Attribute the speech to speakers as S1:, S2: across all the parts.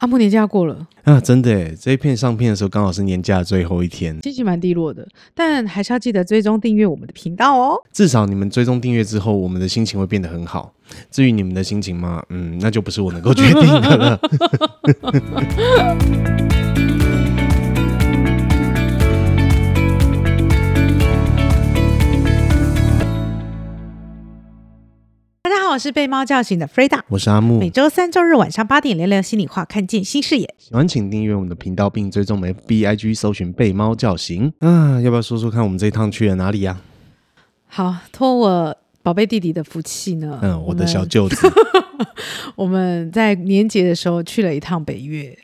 S1: 阿木年假过了，
S2: 啊，真的耶，这一片上片的时候刚好是年假的最后一天，
S1: 心情蛮低落的，但还是要记得追踪订阅我们的频道哦。
S2: 至少你们追踪订阅之后，我们的心情会变得很好。至于你们的心情嘛，嗯，那就不是我能够决定的了。
S1: 大家好，我是被猫叫醒的 Freda，
S2: 我是阿木
S1: 每，周三、周日晚上八点聊聊心里话，看见新视野。
S2: 喜欢请订阅我们的频道，并追踪我们 B I G 搜寻“被猫叫醒”。啊，要不要说说看我们这一趟去了哪里啊呀、
S1: 好，托我宝贝弟弟的福气呢，
S2: 嗯，我的小
S1: 们
S2: 舅子，
S1: 我们在年节的时候去了一趟北越，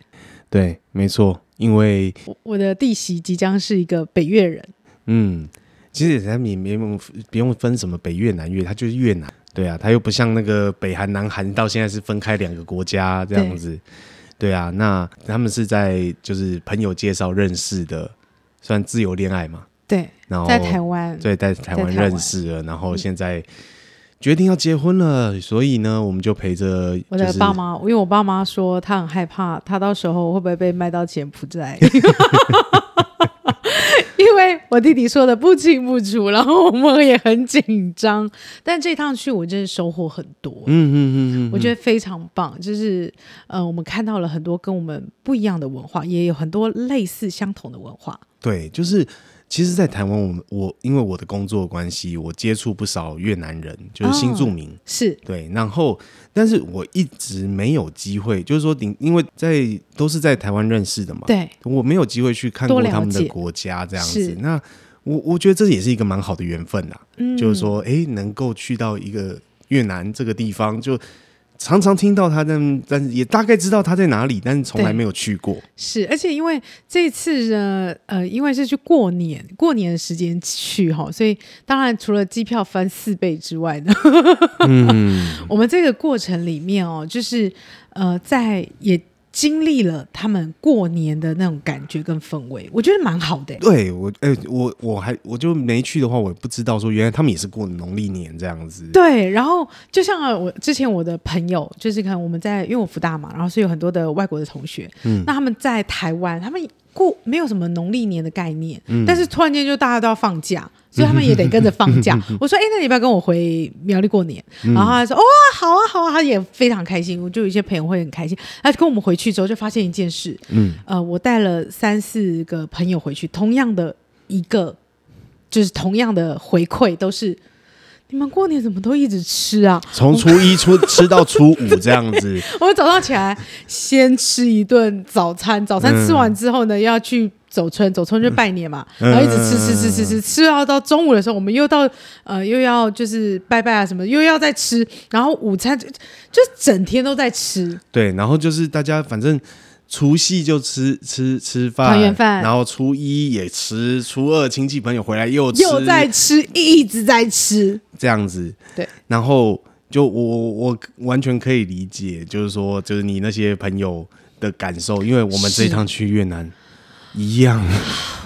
S2: 对，没错，因为
S1: 我我的弟媳即将是一个北越人，
S2: 嗯，其实也没没用不用分什么北越南越，它就是越南。对啊，它又不像那个北韩南韩到现在是分开两个国家这样子。对啊，那他们是在就是朋友介绍认识的，算自由恋爱嘛。
S1: 对，
S2: 然后
S1: 在台湾，
S2: 对哦在台湾
S1: 在台湾
S2: 认识了，然后现在决定要结婚了，所以呢，我们就陪着
S1: 我
S2: 就
S1: 的
S2: 是
S1: 爸妈，因为我爸妈说他很害怕，他到时候会不会被卖到柬埔寨？ 因为我弟弟说的不清不楚，然后我们也很紧张。但这趟去我真是收获很多，
S2: 嗯嗯嗯嗯，
S1: 我觉得非常棒。就是呃，我们看到了很多跟我们不一样的文化，也有很多类似相同的文化。
S2: 对，就是其实，在台湾，我们我因为我的工作关系，我接触不少越南人，
S1: 哦
S2: 就是新住民。
S1: 是
S2: 对，然后，但是我一直没有机会，就是说你，因为在都是在台湾认识的嘛，
S1: 对，
S2: 我没有机会去看
S1: 多
S2: 过
S1: 了
S2: 他们的
S1: 解
S2: 国家这样
S1: 是
S2: 子。那我我觉得这也是一个蛮好的缘分啦，
S1: 嗯，
S2: 就是说，哎，能够去到一个越南这个地方，就常常听到他，但但是也大概知道他在哪里，但是从
S1: 对
S2: 来没有去过。
S1: 是，而且因为这次呢，呃，因为是去过年，过年的时间去哈，所以当然除了机票翻四倍之外呢， 我们这个过程里面哦，就是呃，在也经历了他们过年的那种感觉跟氛围，我觉得蛮好的欸。
S2: 对我，哎、我我还我就没去的话，我也不知道说原来他们也是过农历年这样子。
S1: 对，然后就像啊我之前我的朋友，就是可能我们在因为我福大嘛，然后是有很多的外国的同学，
S2: 嗯
S1: 那他们在台湾，他们过没有什么农历年的概念，
S2: 嗯
S1: 但是突然间就大家都要放假，所 以他们也得跟着放假。我说，哎、那你要不要跟我回苗栗过年？
S2: 嗯
S1: 然后他说，哇、好啊，好啊，他也非常开心。我就有一些朋友会很开心，他跟我们回去之后就发现一件事，
S2: 嗯，
S1: 呃，我带了三四个朋友回去，同样的一个就是同样的回馈都是。你们过年怎么都一直吃啊？
S2: 从初一初 吃到初五这样子，
S1: 我们早上起来先吃一顿早餐，早餐吃完之后呢，要去走村，走村就拜年嘛，
S2: 嗯
S1: 然后一直吃吃吃吃吃，吃到到中午的时候，我们又到呃又要就是拜拜啊什么，又要再吃，然后午餐就就整天都在吃，
S2: 对，然后就是大家反正除夕就吃吃吃饭，
S1: 团圆饭
S2: 然后初一也吃，初二亲戚朋友回来又吃，
S1: 又在吃，一直在吃，
S2: 这样子，
S1: 对，
S2: 然后就我我我完全可以理解，就是说就是你那些朋友的感受，因为我们这一
S1: 是
S2: 趟去越南一样，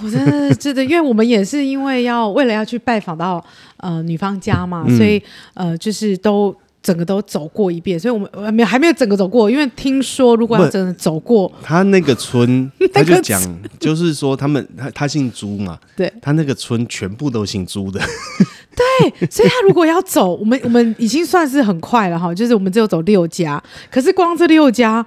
S1: 我真的真的，因为我们也是因为要为了要去拜访到呃女方家嘛，
S2: 嗯
S1: 所以呃就是都。整个都走过一遍，所以我们呃没有还没有整个走过，因为听说如果要
S2: 不
S1: 真的走过，
S2: 他那个村 他
S1: 那
S2: 就
S1: 个
S2: 讲，就是说他们他他姓朱嘛，
S1: 对，
S2: 他那个村全部都姓朱的，
S1: 所以他如果要走，我们我们已经算是很快了哈，就是我们只有走六家，可是光这六家，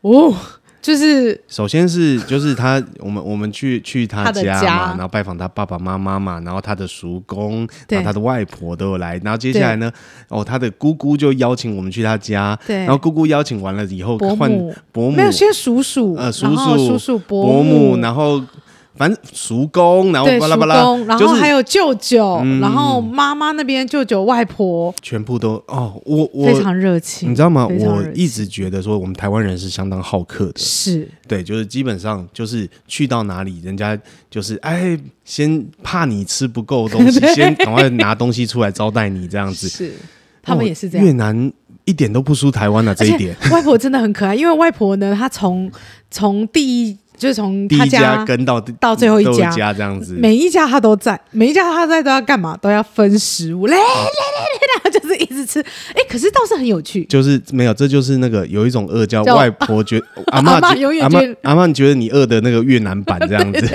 S1: 哦，就是
S2: 首先是就是他，我们我们去去他
S1: 他的
S2: 家嘛，
S1: 家
S2: 然后拜访他爸爸妈妈嘛，然后他的叔公，
S1: 对
S2: 然后他的外婆都有来，然后接下来呢，哦，他的姑姑就邀请我们去他家，
S1: 对
S2: 然后姑姑邀请完了以后
S1: 伯
S2: 换
S1: 母
S2: 伯母，
S1: 没有先叔叔，
S2: 呃叔
S1: 然后
S2: 叔
S1: 叔叔伯
S2: 伯
S1: 母，
S2: 然后反正叔公，然后
S1: 对
S2: 巴
S1: 叔
S2: 拉巴拉
S1: 公，，然
S2: 就
S1: 后
S2: 是嗯
S1: 还有舅舅，然后妈妈那边舅舅外婆
S2: 全部都哦，我我
S1: 非常热情，
S2: 你知道吗？
S1: 非常
S2: 我
S1: 热情
S2: 一直觉得说我们台湾人是相当好客的，
S1: 是
S2: 对，就是基本上就是去到哪里，人家就是哎，先怕你吃不够东 西，先赶快拿东西出来招待你这样子。
S1: 是， 他们
S2: 哦
S1: 也是这样
S2: 越。南一点都不输台湾的、这一点，
S1: 而且外婆真的很可爱，因为外婆呢，她从从第一就是从
S2: 第
S1: 他
S2: 一家跟到
S1: 到最后一
S2: 家
S1: 家
S2: 这样子，
S1: 每一家他都在，每一家他在都要干嘛？都要分食物，来来来来来，就是一直吃。哎，可是倒是很有趣，
S2: 就是没有，这就是那个有一种饿叫
S1: 叫
S2: 外 婆觉阿
S1: 阿嬷
S2: 妈
S1: 永远
S2: 阿妈
S1: 觉得
S2: 阿妈觉得你饿的那个越南版这 样子，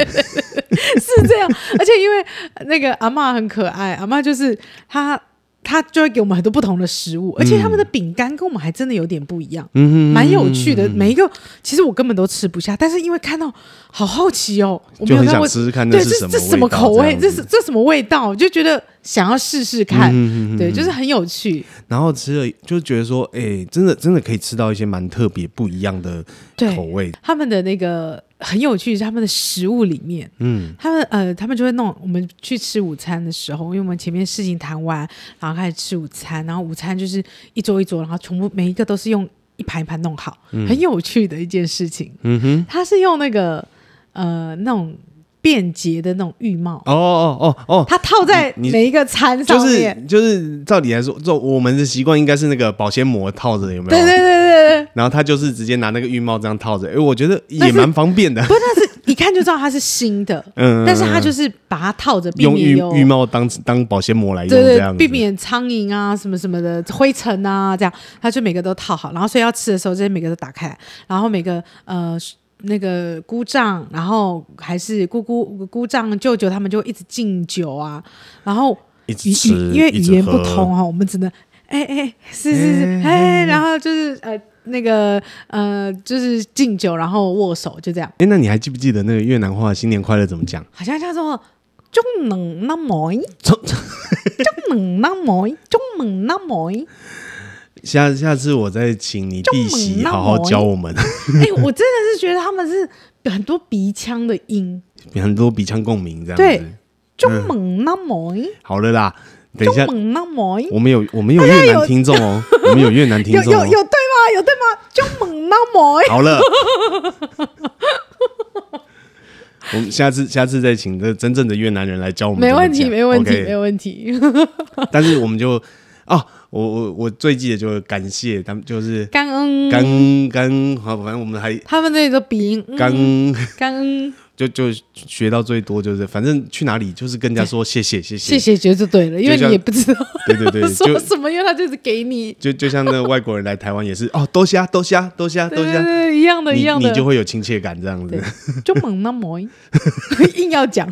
S1: 是这样。 而且因为那个阿嬷很可爱，阿嬷就是她，她就会给我们很多不同的食物，而且他们的饼干跟我们还真的有点不一样，
S2: 嗯，
S1: 蛮有趣的。每一个其实我根本都吃不下，但是因为看到好好奇哦，我没
S2: 就
S1: 有
S2: 很
S1: 看
S2: 想
S1: 过。
S2: 吃吃看那
S1: 对，
S2: 是
S1: 这
S2: 什
S1: 这什么
S2: 么道
S1: 口味？
S2: 样
S1: 这
S2: 子
S1: 是这什么味道？我就觉得想要试试看，
S2: 嗯嗯嗯嗯
S1: 对，就是很有趣。
S2: 然后吃了就觉得说，哎、真的真的可以吃到一些蛮特别不一样的
S1: 对
S2: 口味，
S1: 他们的那个很有趣，是他们的食物里面，
S2: 嗯，
S1: 他们呃，他们就会弄我们去吃午餐的时候，因为我们前面事情谈完，然后开始吃午餐，然后午餐就是一桌一桌，然后全部每一个都是用一盘一盘弄好，很有趣的一件事情。
S2: 嗯哼，
S1: 他是用那个呃那种便捷的那种浴帽，
S2: 哦哦哦哦。
S1: 它套在
S2: 你你
S1: 每一个餐
S2: 就
S1: 上
S2: 是
S1: 面。
S2: 就是，照理来说，这我们的习惯应该是那个保鲜膜套着，有没有？
S1: 对对对对
S2: 然后他就是直接拿那个浴帽这样套着，哎，我觉得
S1: 但
S2: 也
S1: 是
S2: 蛮方便的。
S1: 对，不，但是一看就知道它是新的，
S2: 嗯，
S1: 但是它就是把它套着，避
S2: 用
S1: 免
S2: 浴
S1: 有
S2: 浴帽当当保鲜膜来用，
S1: 哦对
S2: 这
S1: 对，
S2: 样
S1: 避
S2: 子
S1: 免苍蝇啊什么什么的灰尘啊，这样，他就每个都套好，然后所以要吃的时候，这些每个都打开来，然后每个呃那个姑丈，然后还是姑姑姑丈舅舅他们就一直敬酒啊，然后
S2: 一直
S1: 语
S2: 吃，
S1: 语因为语
S2: 一直
S1: 言不
S2: 喝
S1: 通，哈，我们只能哎哎是是是
S2: 哎
S1: 哎，然后就是呃那个呃就是敬酒，然后握手就这样，
S2: 哎，那你还记不记得那个越南话“新年快乐”怎么讲？
S1: 好像叫做中冷那么
S2: 中
S1: 中冷那么中冷那么。
S2: 下下次我再请你弟媳好
S1: 哦
S2: 好教我 们，
S1: 哎、我真的是觉得他们是很多鼻腔的
S2: 嗯
S1: 音，
S2: 很多鼻腔共鸣这样子
S1: 对。中猛那么，
S2: 好了啦，等一
S1: 中
S2: 下，
S1: 猛那么，有
S2: 我们有我们有越南听众哦，我们有越南听
S1: 有
S2: 众
S1: 有对
S2: 哦。
S1: 吗？有对吗？中猛那么，
S2: 好了，我们下次下次再请这真正的越南人来教我们
S1: 没
S2: 怎么
S1: 问
S2: 讲。
S1: 题，没问题
S2: OK
S1: 没问题。
S2: 但是我们就哦，我我我最记得就是感谢他们，就是
S1: 感恩，
S2: 干干，好，反正我们还
S1: 他们那里的鼻音，嗯
S2: 干。
S1: 感恩，
S2: 就就学到最多就是，反正去哪里就是跟人家说谢谢谢
S1: 谢
S2: 谢，
S1: 谢绝就对了，因为
S2: 就像
S1: 你也不知道
S2: 对 对对，
S1: 说
S2: 就
S1: 什么，因为他就是给你，
S2: 就就像那个外国人来台湾也是哦，多虾多虾多虾
S1: 对
S2: 多
S1: 对对
S2: 虾，
S1: 对，呃一样的，一
S2: 你
S1: 样的
S2: 你，就会有亲切感这样子
S1: 对。中猛那 么，硬要讲，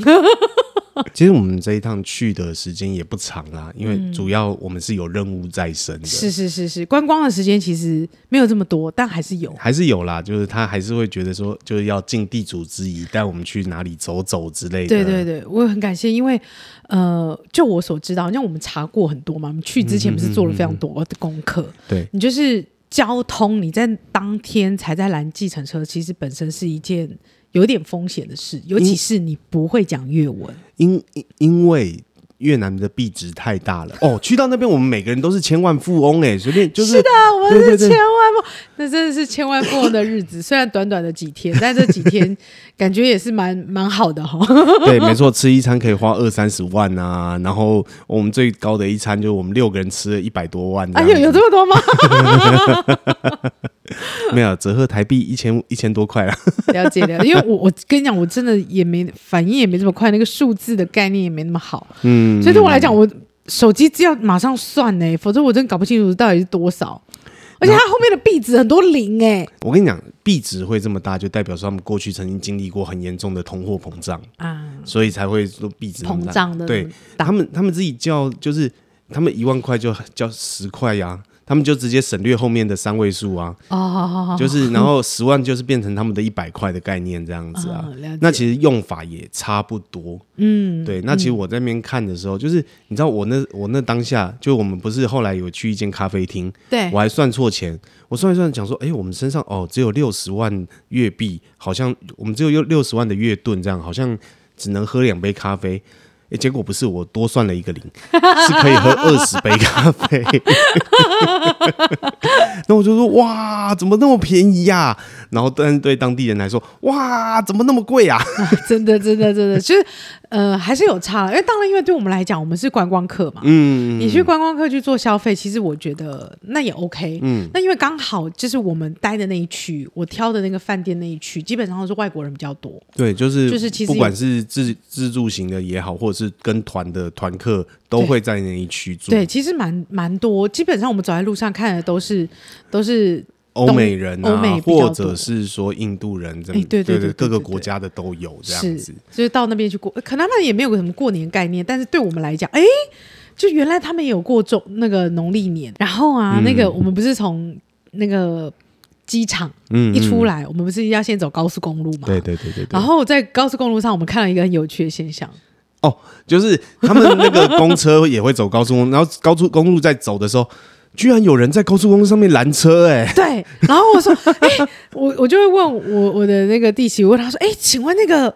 S2: 其实我们这一趟去的时间也不长啦，因
S1: 嗯
S2: 为主要我们是有任务在身的，
S1: 是是是是，观光的时间其实没有这么多，但还是有。
S2: 还是有啦，就是他还是会觉得说就是要尽地主之谊，带我们去哪里走走之类的。
S1: 对对对，我也很感谢，因为呃，就我所知道，因为我们查过很多嘛，我们去之前不是做了非常多的功课，
S2: 对
S1: 你就是交通，你在当天才在拦计程车，其实本身是一件有点风险的事，尤其是你不会讲越文，
S2: 因因因为越南的币值太大了哦，去到那边我们每个人都是千万富翁哎、随便就是
S1: 的，啊我
S2: 对
S1: 们是
S2: 对对
S1: 千万富， 那真的是千万富翁的日子，虽然短短的几天，但这几天感觉也是蛮蛮好的 哈、
S2: 对，没错，吃一餐可以花二三十万啊，然后我们最高的一餐就是我们六个人吃了一百多万这
S1: 哎
S2: 样
S1: 呦，
S2: 子，
S1: 有这么多吗？
S2: 没有折合台币一千一千多块了，
S1: 了解了解，因为我我跟你讲，我真的也没反应也没这么快，那个数字的概念也没那么好，
S2: 嗯，
S1: 所以对我来讲，我手机只要马上算呢、否则我真搞不清楚到底是多少。而且它后面的壁纸很多零哎、
S2: 我跟你讲，币值会这么大，就代表说他们过去曾经经历过很严重的通货膨胀，
S1: 啊，
S2: 所以才会说币值那么
S1: 膨
S2: 大
S1: 胀的
S2: 对，他们他们自己叫就是他们一万块就叫十块呀、他们就直接省略后面的三位数啊，
S1: 哦，好好好，
S2: 就是然后十万就是变成他们的一百块的概念这样子啊。
S1: 嗯了解
S2: 那其实用法也差不多，
S1: 嗯，
S2: 对。那其实我在那边看的时候，就是你知道我那我那当下，就我们不是后来有去一间咖啡厅，
S1: 对
S2: 我，还算错钱，我算一算讲说，哎，我们身上哦只有六十万月币，好像我们只有六十万的月盾，这样好像只能喝两杯咖啡。哎，结果不是，我多算了一 个零，是可以喝二十杯咖 啡。那我就说哇，怎么那么便宜呀、啊然后但是对当地人来说，哇，怎么那么贵呀、啊？
S1: 真的，真的，真的，就是呃，还是有差。因为当然，因为对我们来讲，我们是观光客嘛，
S2: 嗯，
S1: 你去观光客去做消费，其实我觉得那也 OK。
S2: 嗯，
S1: 那因为刚好就是我们待的那一区，我挑的那个饭店那一区，基本上都是外国人比较多。
S2: 对，就是
S1: 就是其实
S2: 不管是自自助型的也好，或者是跟团的团客，都会在那一区住。
S1: 对，，其实蛮蛮多，基本上我们走在路上看的都是都是
S2: 欧美人
S1: 欧
S2: 啊
S1: 美，比较多
S2: 或者是说印度人这
S1: 哎
S2: 样，
S1: 对对对
S2: 对
S1: 对
S2: 各个
S1: 对
S2: 国家的都有这样
S1: 是
S2: 子。，
S1: 就是到那边去过，呃可能他们也没有什么过年概念，但是对我们来讲，哎，就原来他们也有过中那个农历年。然后啊，那个我们不是从那个机场
S2: 嗯，
S1: 一出
S2: 来，
S1: 来，我们不是要先走高速公路嘛？
S2: 对。对对对对
S1: 然。后在高速公路上，我们看到一个很有趣的现象，
S2: 就是他们那个公车也会走高速公路，然后高速公路在走的时候，居然有人在高速公路上面拦车、哎，
S1: 对。然后我说，哎，我我就会问我我的那个弟媳，我问他说，哎，请问那个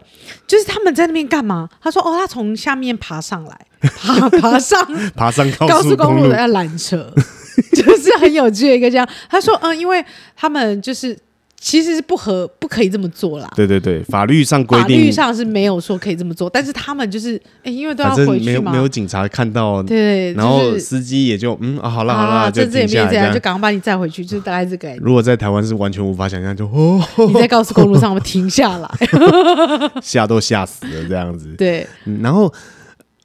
S1: 就是他们在那边干嘛？他说，哦，他从下面爬上来， 爬爬上
S2: 爬上
S1: 高
S2: 高
S1: 速
S2: 速
S1: 公
S2: 公
S1: 路
S2: 路
S1: 的，要拦车， 就是很有趣的一个这样。他说，嗯，因为他们就是其实是不合不可以这么做啦。
S2: 对对对，法律上规
S1: 法律
S2: 定，
S1: 上是没有说可以这么做，但是他们就是，哎、因为都要
S2: 反
S1: 回
S2: 正没
S1: 去
S2: 有
S1: 嘛，
S2: 没有警察看到，
S1: 对，
S2: 然后
S1: 就是
S2: 司机也就嗯啊，好啦好啦，
S1: 啊，
S2: 就
S1: 政治也
S2: 停
S1: 没
S2: 下
S1: 有
S2: 来
S1: 这
S2: 这
S1: 样，就
S2: 样。
S1: 赶快把你载回去，就是大概这个概 念。
S2: 如果在台湾是完全无法想象，就哦
S1: 你在高速公路上，我们停下来，
S2: 吓都吓死了这样子。
S1: 对，
S2: 嗯然后，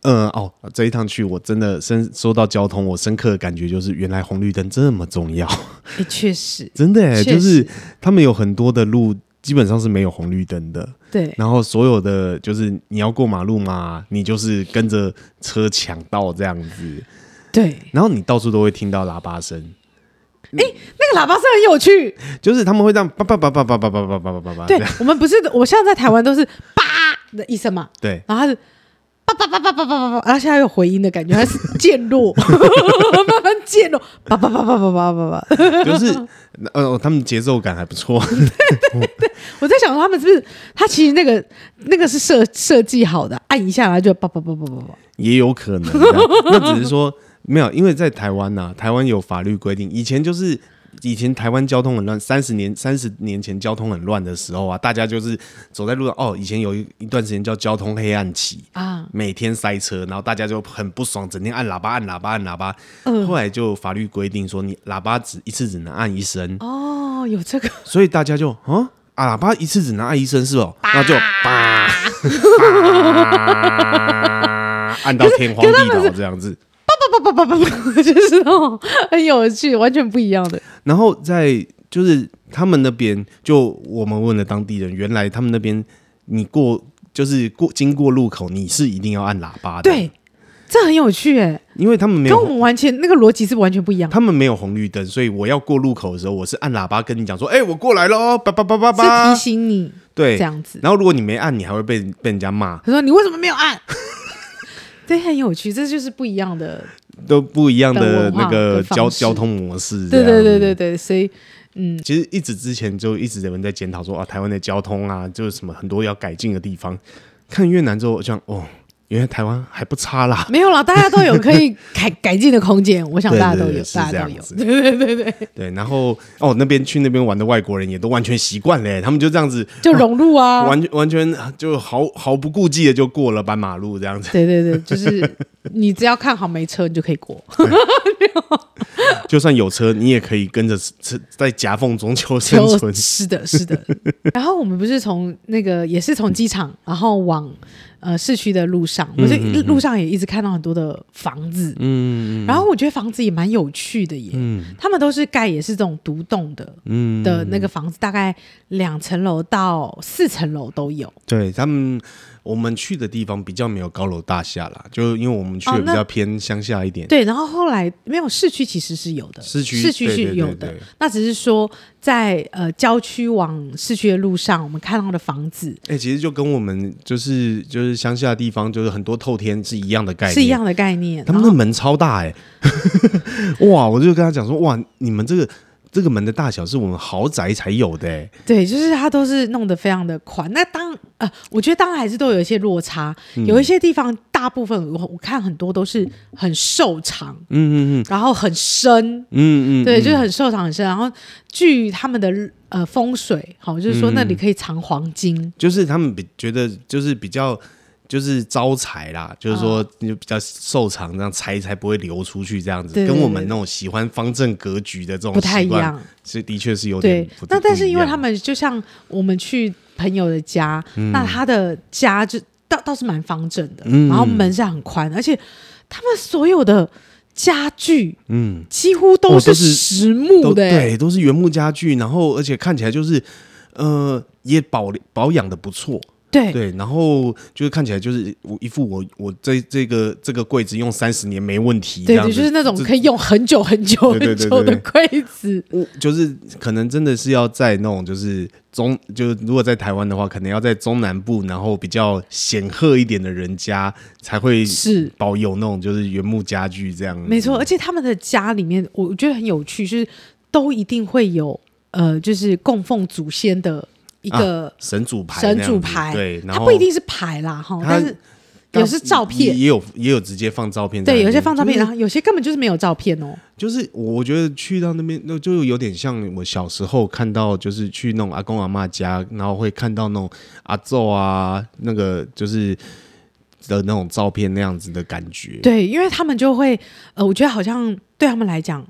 S2: 呃，哦，这一趟去我真的深说到交通，我深刻的感觉就是原来红绿灯这么重要，
S1: 哎确实，
S2: 真的、欸，
S1: 确
S2: 就是
S1: 实
S2: 他们有很多的路基本上是没有红绿灯的，
S1: 对，
S2: 然后所有的就是你要过马路嘛，你就是跟着车抢道这样子，
S1: 对，
S2: 然后你到处都会听到喇叭声，
S1: 那个喇叭声很有趣，
S2: 就是他们会这样叭叭叭叭叭叭叭叭叭叭叭叭，
S1: 啊对啊
S2: 这样
S1: 我们不是，我现在在台湾都是叭的一声嘛，
S2: 对，
S1: 然后他是叭叭叭叭叭叭叭叭，然后现在有回音的感觉，它 是渐弱，慢慢渐弱，叭叭叭叭叭叭叭叭。
S2: 就是 呃，他们节奏感还不错，
S1: 我在想他们是不是他其实那个那个是设设计好的，按一下然后就叭叭叭叭叭叭。
S2: 也有可能 这样，那只是说没有，因为在台湾呐、台湾有法律规定，以前就是。以前台湾交通很乱，三十年三十年前交通很乱的时候啊，大家就是走在路上哦。以前有一一段时间叫交通黑暗期，
S1: 啊，
S2: 每天塞车，然后大家就很不爽，整天按喇叭、按喇叭、按喇叭。
S1: 嗯
S2: 后来就法律规定说，你喇叭只一次只能按一声，
S1: 哦，有这个，
S2: 所以大家就啊啊，喇叭一次只能按一声是哦，那就叭 叭，按到天荒地老这样子。
S1: 叭叭叭叭叭叭，就是哦，很有趣，完全不一样的。
S2: 然后在就是他们那边，就我们问了当地人，原来他们那边你过就是过经过路口，你是一定要按喇叭的，，
S1: 对，这很有趣哎，
S2: 因为他们没
S1: 跟我
S2: 有。
S1: 们完全那个逻辑是完全不一样的。
S2: 他们没有红绿灯，所以我要过路口的时候，我是按喇叭跟你讲说：“哎、我过来喽，叭叭叭叭
S1: 是
S2: 叭。
S1: 提”醒你
S2: 对，
S1: 这样子，
S2: 然后如果你没按，你还会被被人家骂，
S1: 他说你为什么没有按？ 对，很有趣，这就是不一样的
S2: 都不一样的
S1: 的文化
S2: 那个
S1: 的方
S2: 交
S1: 式
S2: 交通模式。
S1: 对对对对。对，所以嗯，
S2: 其实一直之前就一直有人在检讨说啊，台湾的交通啊，就是什么很多要改进的地方。看越南之后，我就想哦，原来台湾还不差啦。
S1: 没有啦，大家都有可 以改改进的空间，我想
S2: 对
S1: 大家
S2: 对
S1: 都
S2: 对
S1: 有，
S2: 是
S1: 大
S2: 这
S1: 家都
S2: 样
S1: 有，
S2: 子
S1: 对对对对，
S2: 对，然后哦，那边去那边玩的外国人也都完全习惯嘞，他们就这样子
S1: 就融入啊，
S2: 完全完全就毫毫不顾忌的就过了斑马路这样子，
S1: 对对对，就是你只要看好没车，你就可以过，
S2: 就算有车，你也可以跟着吃在夹缝中 求生
S1: 就
S2: 存。
S1: 是的，是 的。然后我们不是从那个也是从机场，然后往呃市区的路上，我就一路上也一直看到很多的房子，
S2: 嗯
S1: 然后我觉得房子也蛮有趣的耶，
S2: 嗯
S1: 他们都是盖也是这种独栋的，
S2: 嗯
S1: 的那个房子，大概两层楼到四层楼都有。
S2: 对他们，我们去的地方比较没有高楼大厦啦，就因为我们去的
S1: 哦
S2: 比
S1: 那
S2: 较偏乡下一点。
S1: 对，然后后来没有市区，其实是有的，
S2: 市区
S1: 市区
S2: 对对
S1: 是
S2: 对
S1: 有
S2: 对
S1: 的
S2: 对。
S1: 那只是说在呃郊区往市区的路上，我们看到的房子
S2: 哎、其实就跟我们就是就是乡下的地方，就是很多透天是一样的概念，
S1: 是一样的概念。
S2: 他们
S1: 然
S2: 的
S1: 后
S2: 门超大哎、哇！我就跟他讲说，哇，你们这个这个门的大小是我们豪宅才有的、欸，
S1: 对，就是它都是弄得非常的宽。那当呃，我觉得当然还是都有一些落差，
S2: 嗯
S1: 有一些地方大部分我我看很多都是很瘦长，
S2: 嗯嗯嗯
S1: 然后很深，
S2: 嗯嗯，
S1: 对，就是很瘦长很深。然后据他们的呃风水，好，就是说那
S2: 嗯
S1: 里可以藏黄金，
S2: 就是他们比觉得就是比较就是招财啦，就是说
S1: 哦
S2: 你比较瘦长，这样财才不会流出去这样子，
S1: 对对
S2: 跟我们
S1: 对
S2: 那种喜欢方正格局的这种
S1: 不太
S2: 习
S1: 一
S2: 惯
S1: 样，。
S2: 是的确是有点
S1: 对
S2: 不，
S1: 那但是因为他
S2: 们
S1: 们就像我们去朋友的家，那他的家就倒倒是蛮方正的，
S2: 嗯
S1: 然后门是很宽，而且他们所有的家具
S2: 嗯
S1: 几乎
S2: 哦
S1: 都
S2: 都
S1: 是
S2: 是
S1: 实木
S2: 都
S1: 的、欸，
S2: 对都是原木家具，然后而且看起来就是呃也保保养的不错，
S1: 对
S2: 对，然后就是看起来就是我一副我我这这个这个柜子用三十年没问题，这
S1: 对
S2: 样
S1: 对，
S2: 子
S1: 就是那种
S2: 这
S1: 可以用很久很久
S2: 对对
S1: 很
S2: 对
S1: 久
S2: 对
S1: 的柜子，
S2: 我就是可能真的是要在那种就是中，就是如果在台湾的话，可能要在中南部，然后比较显赫一点的人家才会
S1: 是。
S2: 保有那种就是原木家具这样。
S1: 没错，而且他们的家里面，我觉得很有趣，就是都一定会有呃，就是供奉祖先的一
S2: 啊
S1: 个
S2: 神主牌那样
S1: 神
S2: 子，
S1: 主牌，
S2: 对，然
S1: 它
S2: 后
S1: 不一定是牌啦哈，
S2: 它
S1: 但是有是照片，
S2: 也有也有直接放照片在那
S1: 对，
S2: 边，
S1: 有些放照片，啊
S2: 就是
S1: 然后有些根本就是没有照片哦。
S2: 就是我我觉得去到那边，那就有点像我小时候看到，就是去那种阿公阿嬷家，然后会看到那种阿昼啊，那个就是的那种照片那样子的感觉。
S1: 对，因为他们就会，呃，我觉得好像对他们来讲，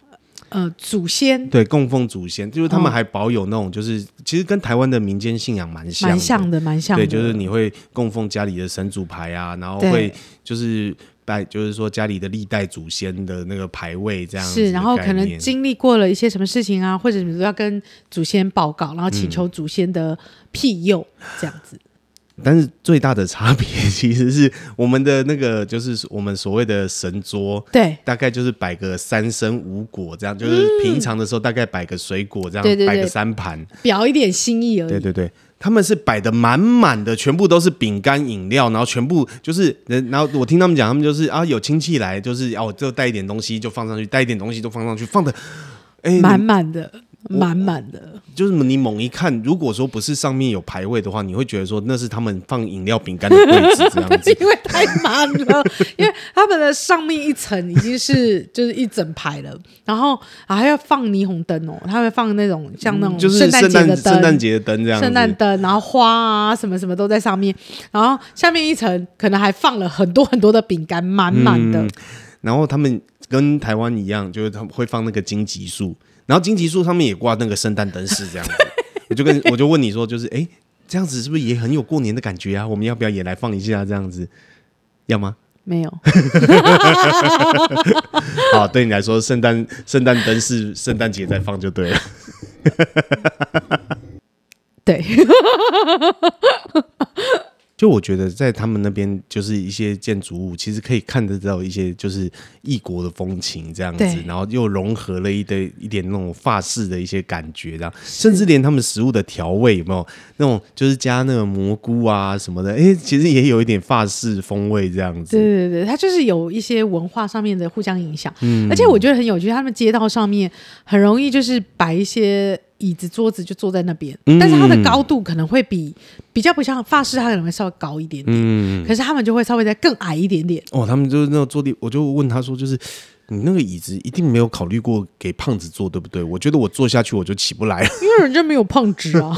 S1: 呃，祖先
S2: 对，供奉祖先，就是他
S1: 哦
S2: 们还保有那种，就是、其实跟台湾的民间信仰蛮像的，
S1: 蛮像的，蛮像的，
S2: 对，就是你会供奉家里的神主牌啊，然后
S1: 对
S2: 会就是拜，就是说家里的历代祖先的那个牌位这样子的概
S1: 是，
S2: 念，
S1: 然后可能经历过了一些什么事情啊，或者什么都要跟祖先报告，然后请求祖先的庇佑，这样子。
S2: 但是最大的差别其实是我们的那个，就是我们所谓的神桌。
S1: 对，
S2: 大概就是摆个三生五果这样，就是平常的时候大概摆个水果这样，
S1: 对对对
S2: 摆个三盘，
S1: 表一点心意而
S2: 对
S1: 已。
S2: 对对，他们是摆的满满的，全部都是饼干、饮料，然后全部就是，然后我听他们讲，他们就是啊，有亲戚来，就是啊，我就带一点东西就放上去，带一点东西就放上去，放的，哎、你
S1: 满满的，满满的，
S2: 就是你猛一看，如果说不是上面有排位的话，你会觉得说那是他们放饮料、饼干的柜子这样子。
S1: 因为太满了，因为他们的上面一层已经是就是一整排了，然后啊还要放霓虹灯哦，他们放那种像那种
S2: 就是
S1: 嗯圣诞节的
S2: 圣诞
S1: 灯，
S2: 节的灯这样子，
S1: 圣诞灯，然后花啊什么什么都在上面，然后下面一层可能还放了很多很多的饼干，满满
S2: 嗯
S1: 的，
S2: 然后他们跟台湾一样，就是他们会放那个荆棘树，然后荆棘树上面也挂那个圣诞灯饰 这样子。我就跟我就问你说，就是哎、诶这样子是不是也很有过年的感觉啊？我们要不要也来放一下这样子？要吗？
S1: 没有，
S2: 啊，对你来说，圣诞圣诞灯是圣诞节再放就对了。
S1: 对，
S2: 就我觉得在他们那边，就是一些建筑物，其实可以看得到一些就是异国的风情这样子
S1: 对，
S2: 然后又融合了一堆一点那种法式的一些感觉，这样，甚至连他们食物的调味有没有那种就是加那个蘑菇啊什么的，哎、其实也有一点法式风味这样
S1: 对
S2: 子。
S1: 对对，它就是有一些文化上面的互相影响，而且我觉得很有趣，他们街道上面很容易就是摆一些椅子、桌子就坐在那边，但是它的高度可能会比比较不像法式，它可能会稍微高一点点，可是他们就会稍微再更矮一点点。
S2: 哦，他们就是那种坐地，我就问他说，就是你那个椅子一定没有考虑过给胖子坐，对不对？我觉得我坐下去我就起不来了。
S1: 因为人家没有胖直啊，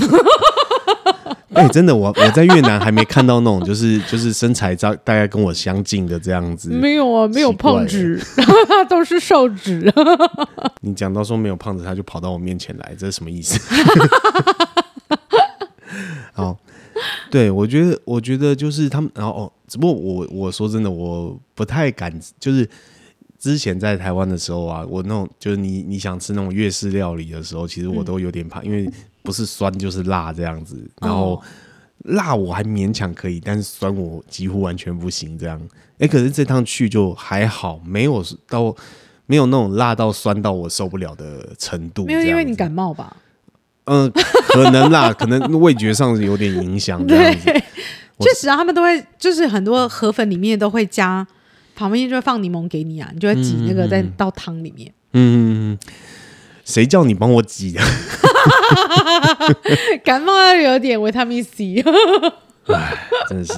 S2: 哎、真的，我我在越南还没看到那种就是就是身材大大概跟我相近的这样子。
S1: 没有啊，没有胖直，都是瘦直。
S2: 你讲到说没有胖子，他就跑到我面前来，这是什么意思？好，对我觉得，我觉得就是他们，然后哦，只不过我我说真的，我不太敢，就是之前在台湾的时候啊，我那种就是你你想吃那种粤式料理的时候，其实
S1: 嗯
S2: 我都有点怕，因为不是酸就是辣这样子，然后。
S1: 哦
S2: 辣我还勉强可以，但是酸我几乎完全不行。这样，哎、可是这趟去就还好，没有到没有那种辣到酸到我受不了的程度。
S1: 没有，因为你
S2: 感。
S1: 感冒吧？
S2: 嗯、可能啦，可能味觉上有点影响这样子。我
S1: 确实啊，他们都会就是很多河粉里面都会加，旁边就会放柠檬给你啊，你就会挤那个再到汤里面。
S2: 嗯，谁叫你帮我挤啊的？
S1: 感冒要有点维他命 C，
S2: 唉， 真的是。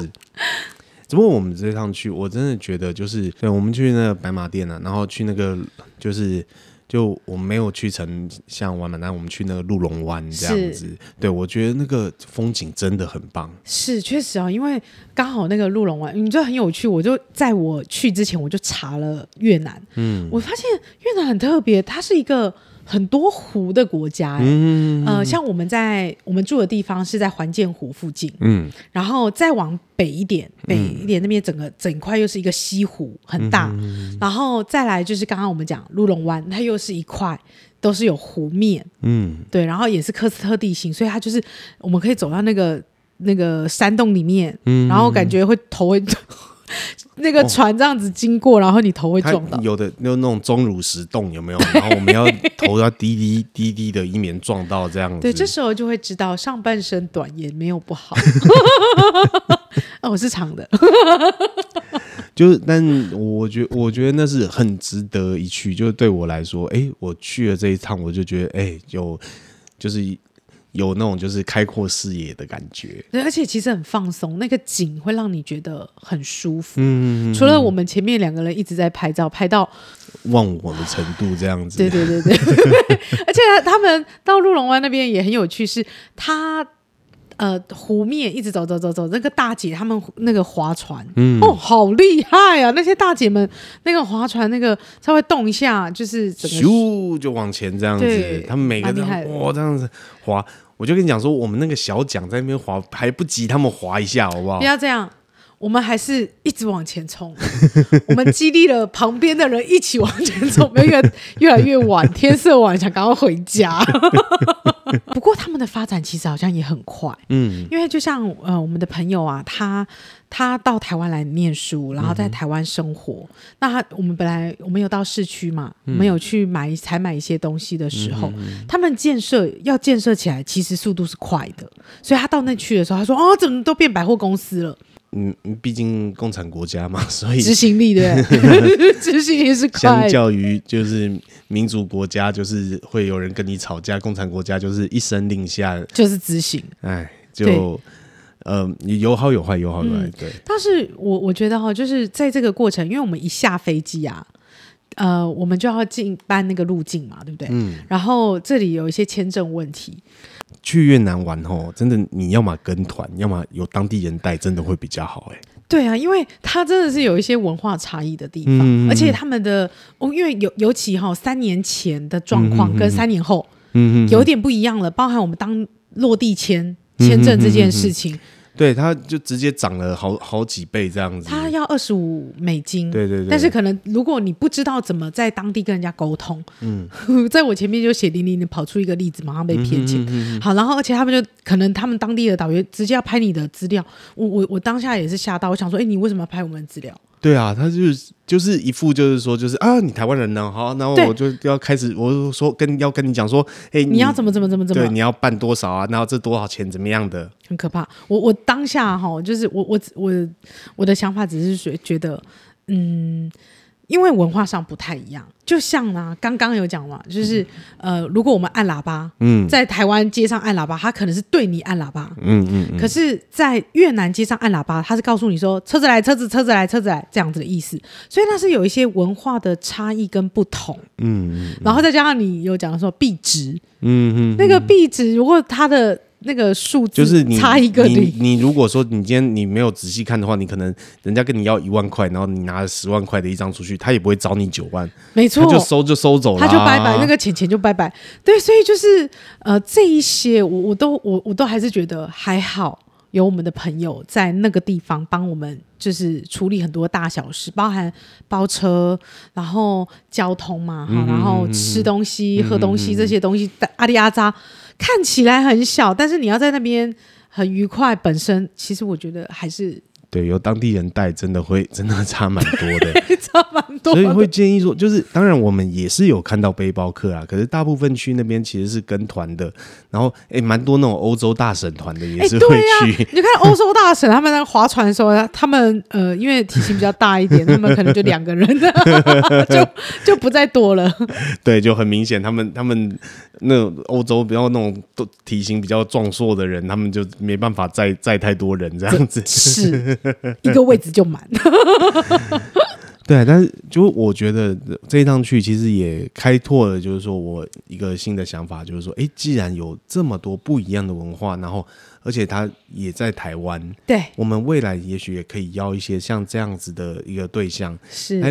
S2: 只不过我们这趟去，我真的觉得就是，对，我们去那个白马店啊，然后去那个就是。就我们没有去成像玩马丹，我们去那个鹿龙湾这样子。对，我觉得那个风景真的很棒。
S1: 是确实啊，因为刚好那个鹿茸丸，你知道很有趣，我就在我去之前我就查了越南，嗯，我发现越南很特别，它是一个很多湖的国家、欸，
S2: 嗯
S1: 呃，像我们在我们住的地方是在环建湖附近，
S2: 嗯，
S1: 然后再往北一点，北一点那边整个整块又是一个西湖，很大。然后再来就是刚刚我们讲鹿龙湾，它又是一块都是有湖面，
S2: 嗯，
S1: 对，然后也是科斯特地形，所以它就是我们可以走到那个那个山洞里面，
S2: 嗯
S1: 然后感觉会头会那个船这样子经过，然后你头会
S2: 哦它嗯
S1: 撞到。
S2: 有的就那种钟乳石洞有没有？然后我们要 头要低低低低的，以免撞到这样子。
S1: 对，这时候就会知道上半身短也没有不 好。啊，我是长的，
S2: 就是，但我觉我觉得那是很值得一去。就是对我来说，哎、我去了这一趟，我就觉得，哎、有就是有那种就是开阔视野的感觉。
S1: 对，而且其实很放松，那个景会让你觉得很舒服。
S2: 嗯，
S1: 除了我们前面两个人一直在拍照，拍到
S2: 忘我的程度这样
S1: 对
S2: 子。
S1: 对对对， 而且他们到鹿龙湾那边也很有趣，是它呃湖面一直走走走走，那个大姐他们那个划船，哦，好厉害啊！那些大姐们那个划船，那个稍微动一下，就是整个
S2: 咻就往前这样
S1: 对
S2: 子，他们每个
S1: 蛮
S2: 这
S1: 厉害的
S2: 样哇这样子滑，我就跟你讲说，我们那个小桨在那边滑，还不及他们滑一下，好不好
S1: 不？要这样。我们还是一直往前冲， 我们激励了旁边的人一起往前冲，没越越来越晚，天色晚，想赶快回家。 不过他们的发展其实好像也很快，
S2: 嗯，
S1: 因为就像呃，我们的朋友啊，他他到台湾来念书，然后
S2: 嗯
S1: 在台湾生活。那他我们本来我们有到市区嘛，
S2: 嗯
S1: 我们有去买采买一些东西的时候，他们建设要建设起来，其实速度是快的。所以他到那区的时候，他说：“哦，怎么都变百货公司 了？
S2: 嗯，毕竟共产国家嘛，所以
S1: 执行力对不 对？执行力是
S2: 相
S1: 快的。
S2: 较于就是民主国家，就是会有人跟你吵架；共产国家就是一声令下，”
S1: 就是执行，
S2: 哎，嗯就呃有好有坏，有好有坏，对，
S1: 但是我我觉得哈、就是在这个过程，因为我们一下飞机啊，呃，我们就要进办那个入境嘛，对不对？
S2: 嗯。
S1: 然后这里有一些签证问题，
S2: 去越南玩吼，真的你要么跟团，要么有当地人带，真的会比较好、哎，
S1: 对啊，因为它真的是有一些文化差异的地方，
S2: 嗯嗯嗯
S1: 而且他们的哦，因为尤尤其哈、三年前的状况跟三年后
S2: 嗯
S1: 有点不一样了，包含我们当落地签签
S2: 嗯
S1: 证这件事情，
S2: 对，他就直接涨了好好几倍这样子。
S1: 它要二十五美金，
S2: 对对对，
S1: 但是可能如果你不知道怎么在当地跟人家沟通，嗯， 在我前面就血淋淋的跑出一个例子，马上被骗
S2: 嗯
S1: 钱。好，然后而且他们就可能他们当地的导游直接要拍你的资料，我我我当下也是吓到，我想说，哎、你为什么要拍我们的资料？
S2: 对啊，他就是就是一副就是说就是啊，你台湾人呢，好，然后
S1: 对
S2: 我就要开始，我就说跟要跟你讲说，哎、
S1: 你要怎么怎么怎么怎么
S2: 对，你要办多少啊？然后这多少钱？怎么样的？
S1: 很可怕。我我当下哈，就是我我我我的想法只是觉觉得，嗯，因为文化上不太一样，就像啊，刚刚有讲嘛，就是、呃，如果我们按喇叭，
S2: 嗯
S1: 在台湾街上按喇叭，他可能是对你按喇叭。
S2: 嗯嗯嗯，
S1: 可是，在越南街上按喇叭，他是告诉你说“车子来，车子，车子来，车子来”这样子的意思，所以那是有一些文化的差异跟不同。
S2: 嗯
S1: 然后再加上你有讲说币值，
S2: 嗯嗯，
S1: 那个币值如果它的那个数字
S2: 就是你
S1: 差一个
S2: 你
S1: 零，
S2: 你如果说你今天你没有仔细看的话，你可能人家跟你要一万块，然后你拿了十万块的一张出去，他也不会找你九万，
S1: 没
S2: 他
S1: 错，
S2: 就收就收走了、
S1: 他就拜拜，那。个钱钱就拜拜。对，所以就是呃，这一些我我都我我都还是觉得还好，有我们的朋友在那个地方帮我们，就是处理很多大小事，包含包车，然后交通嘛，
S2: 嗯
S1: 哈、然后吃东西、喝东西这些东西，阿里阿扎看起来很小，但是你要在那边很愉快，本身其实我觉得还是
S2: 对，由当地人带真的会真的差蛮多的。
S1: 差蛮多
S2: 所以
S1: 的。
S2: 会建议说，就是当然我们也是有看到背包客啊，可是大部分去那边其实是跟团的，然后诶蛮多那种欧洲大神团的也
S1: 哎，
S2: 是会
S1: 对呀、
S2: 去，
S1: 你看欧洲大神他们在划船的时候，他们呃，因为体型比较大一点，他们可能就两个人， 就就不再多了。
S2: 对，就很明显他们他们那种欧洲比较那种都体型比较壮硕的人，他们就没办法载载太多人这样子。
S1: 是一个位置就满。
S2: 对，但是就我觉得这一趟去其实也开拓了，就是说我一个新的想法，就是说，诶，既然有这么多不一样的文化，然后而且它也在台湾，
S1: 对，
S2: 我们未来也许也可以邀一些像这样子的一个对象来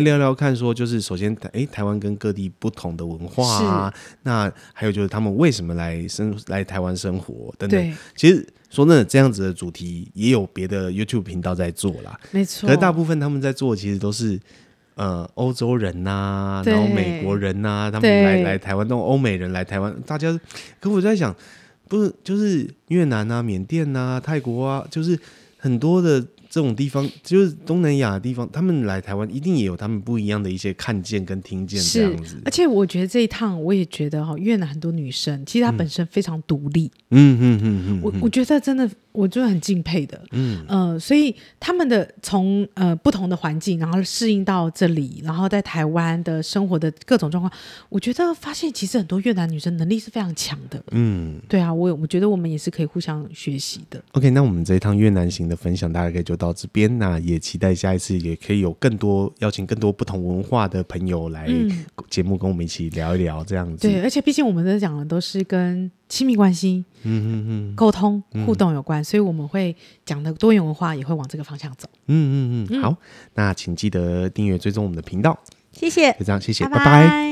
S1: 是
S2: 聊聊看，说就是首先，哎，台湾跟各地不同的文化啊，那还有就是他们为什么来生来台湾生活等等。
S1: 对，
S2: 其实说真的，这样子的主题也有别的 YouTube 频道在做啦，
S1: 没错。
S2: 可是大部分他们在做其实都是。呃，欧洲人呐、
S1: 对
S2: 然后美国人呐、他们
S1: 对
S2: 来来台湾，那种欧美人来台湾，大家，可我在想，不是就是越南啊、缅甸啊、泰国啊，就是很多的这种地方，就是东南亚的地方，他们来台湾一定也有他们不一样的一些看见跟听见这
S1: 是
S2: 样子，
S1: 而。且我觉得这一趟，我也觉得哈、越南很多女生其实她本身非常独立，
S2: 嗯嗯嗯
S1: 我
S2: 嗯
S1: 我觉得真的，我真的很敬佩的。嗯，呃，所以他们的从呃不同的环境，然后适应到这里，然后在台湾的生活的各种状况，我觉得发现其实很多越南女生能力是非常强的。
S2: 嗯。
S1: 对啊，我我觉得我们也是可以互相学习的。
S2: OK，那我们这一趟越南行的分享大概就到这边，那也期待下一次也可以有更多邀请更多不同文化的朋友来
S1: 嗯
S2: 节目跟我们一起聊一聊这样子。
S1: 对，而且毕竟我们在讲的都是跟亲密关系、
S2: 嗯，嗯嗯
S1: 沟通、互动有关，所以我们会讲的多元文化也会往这个方向走。
S2: 嗯嗯嗯嗯，好，那请记得订阅追踪我们的频道，
S3: 谢谢，
S2: 就这样，谢谢，
S3: 拜
S2: 拜拜
S3: 拜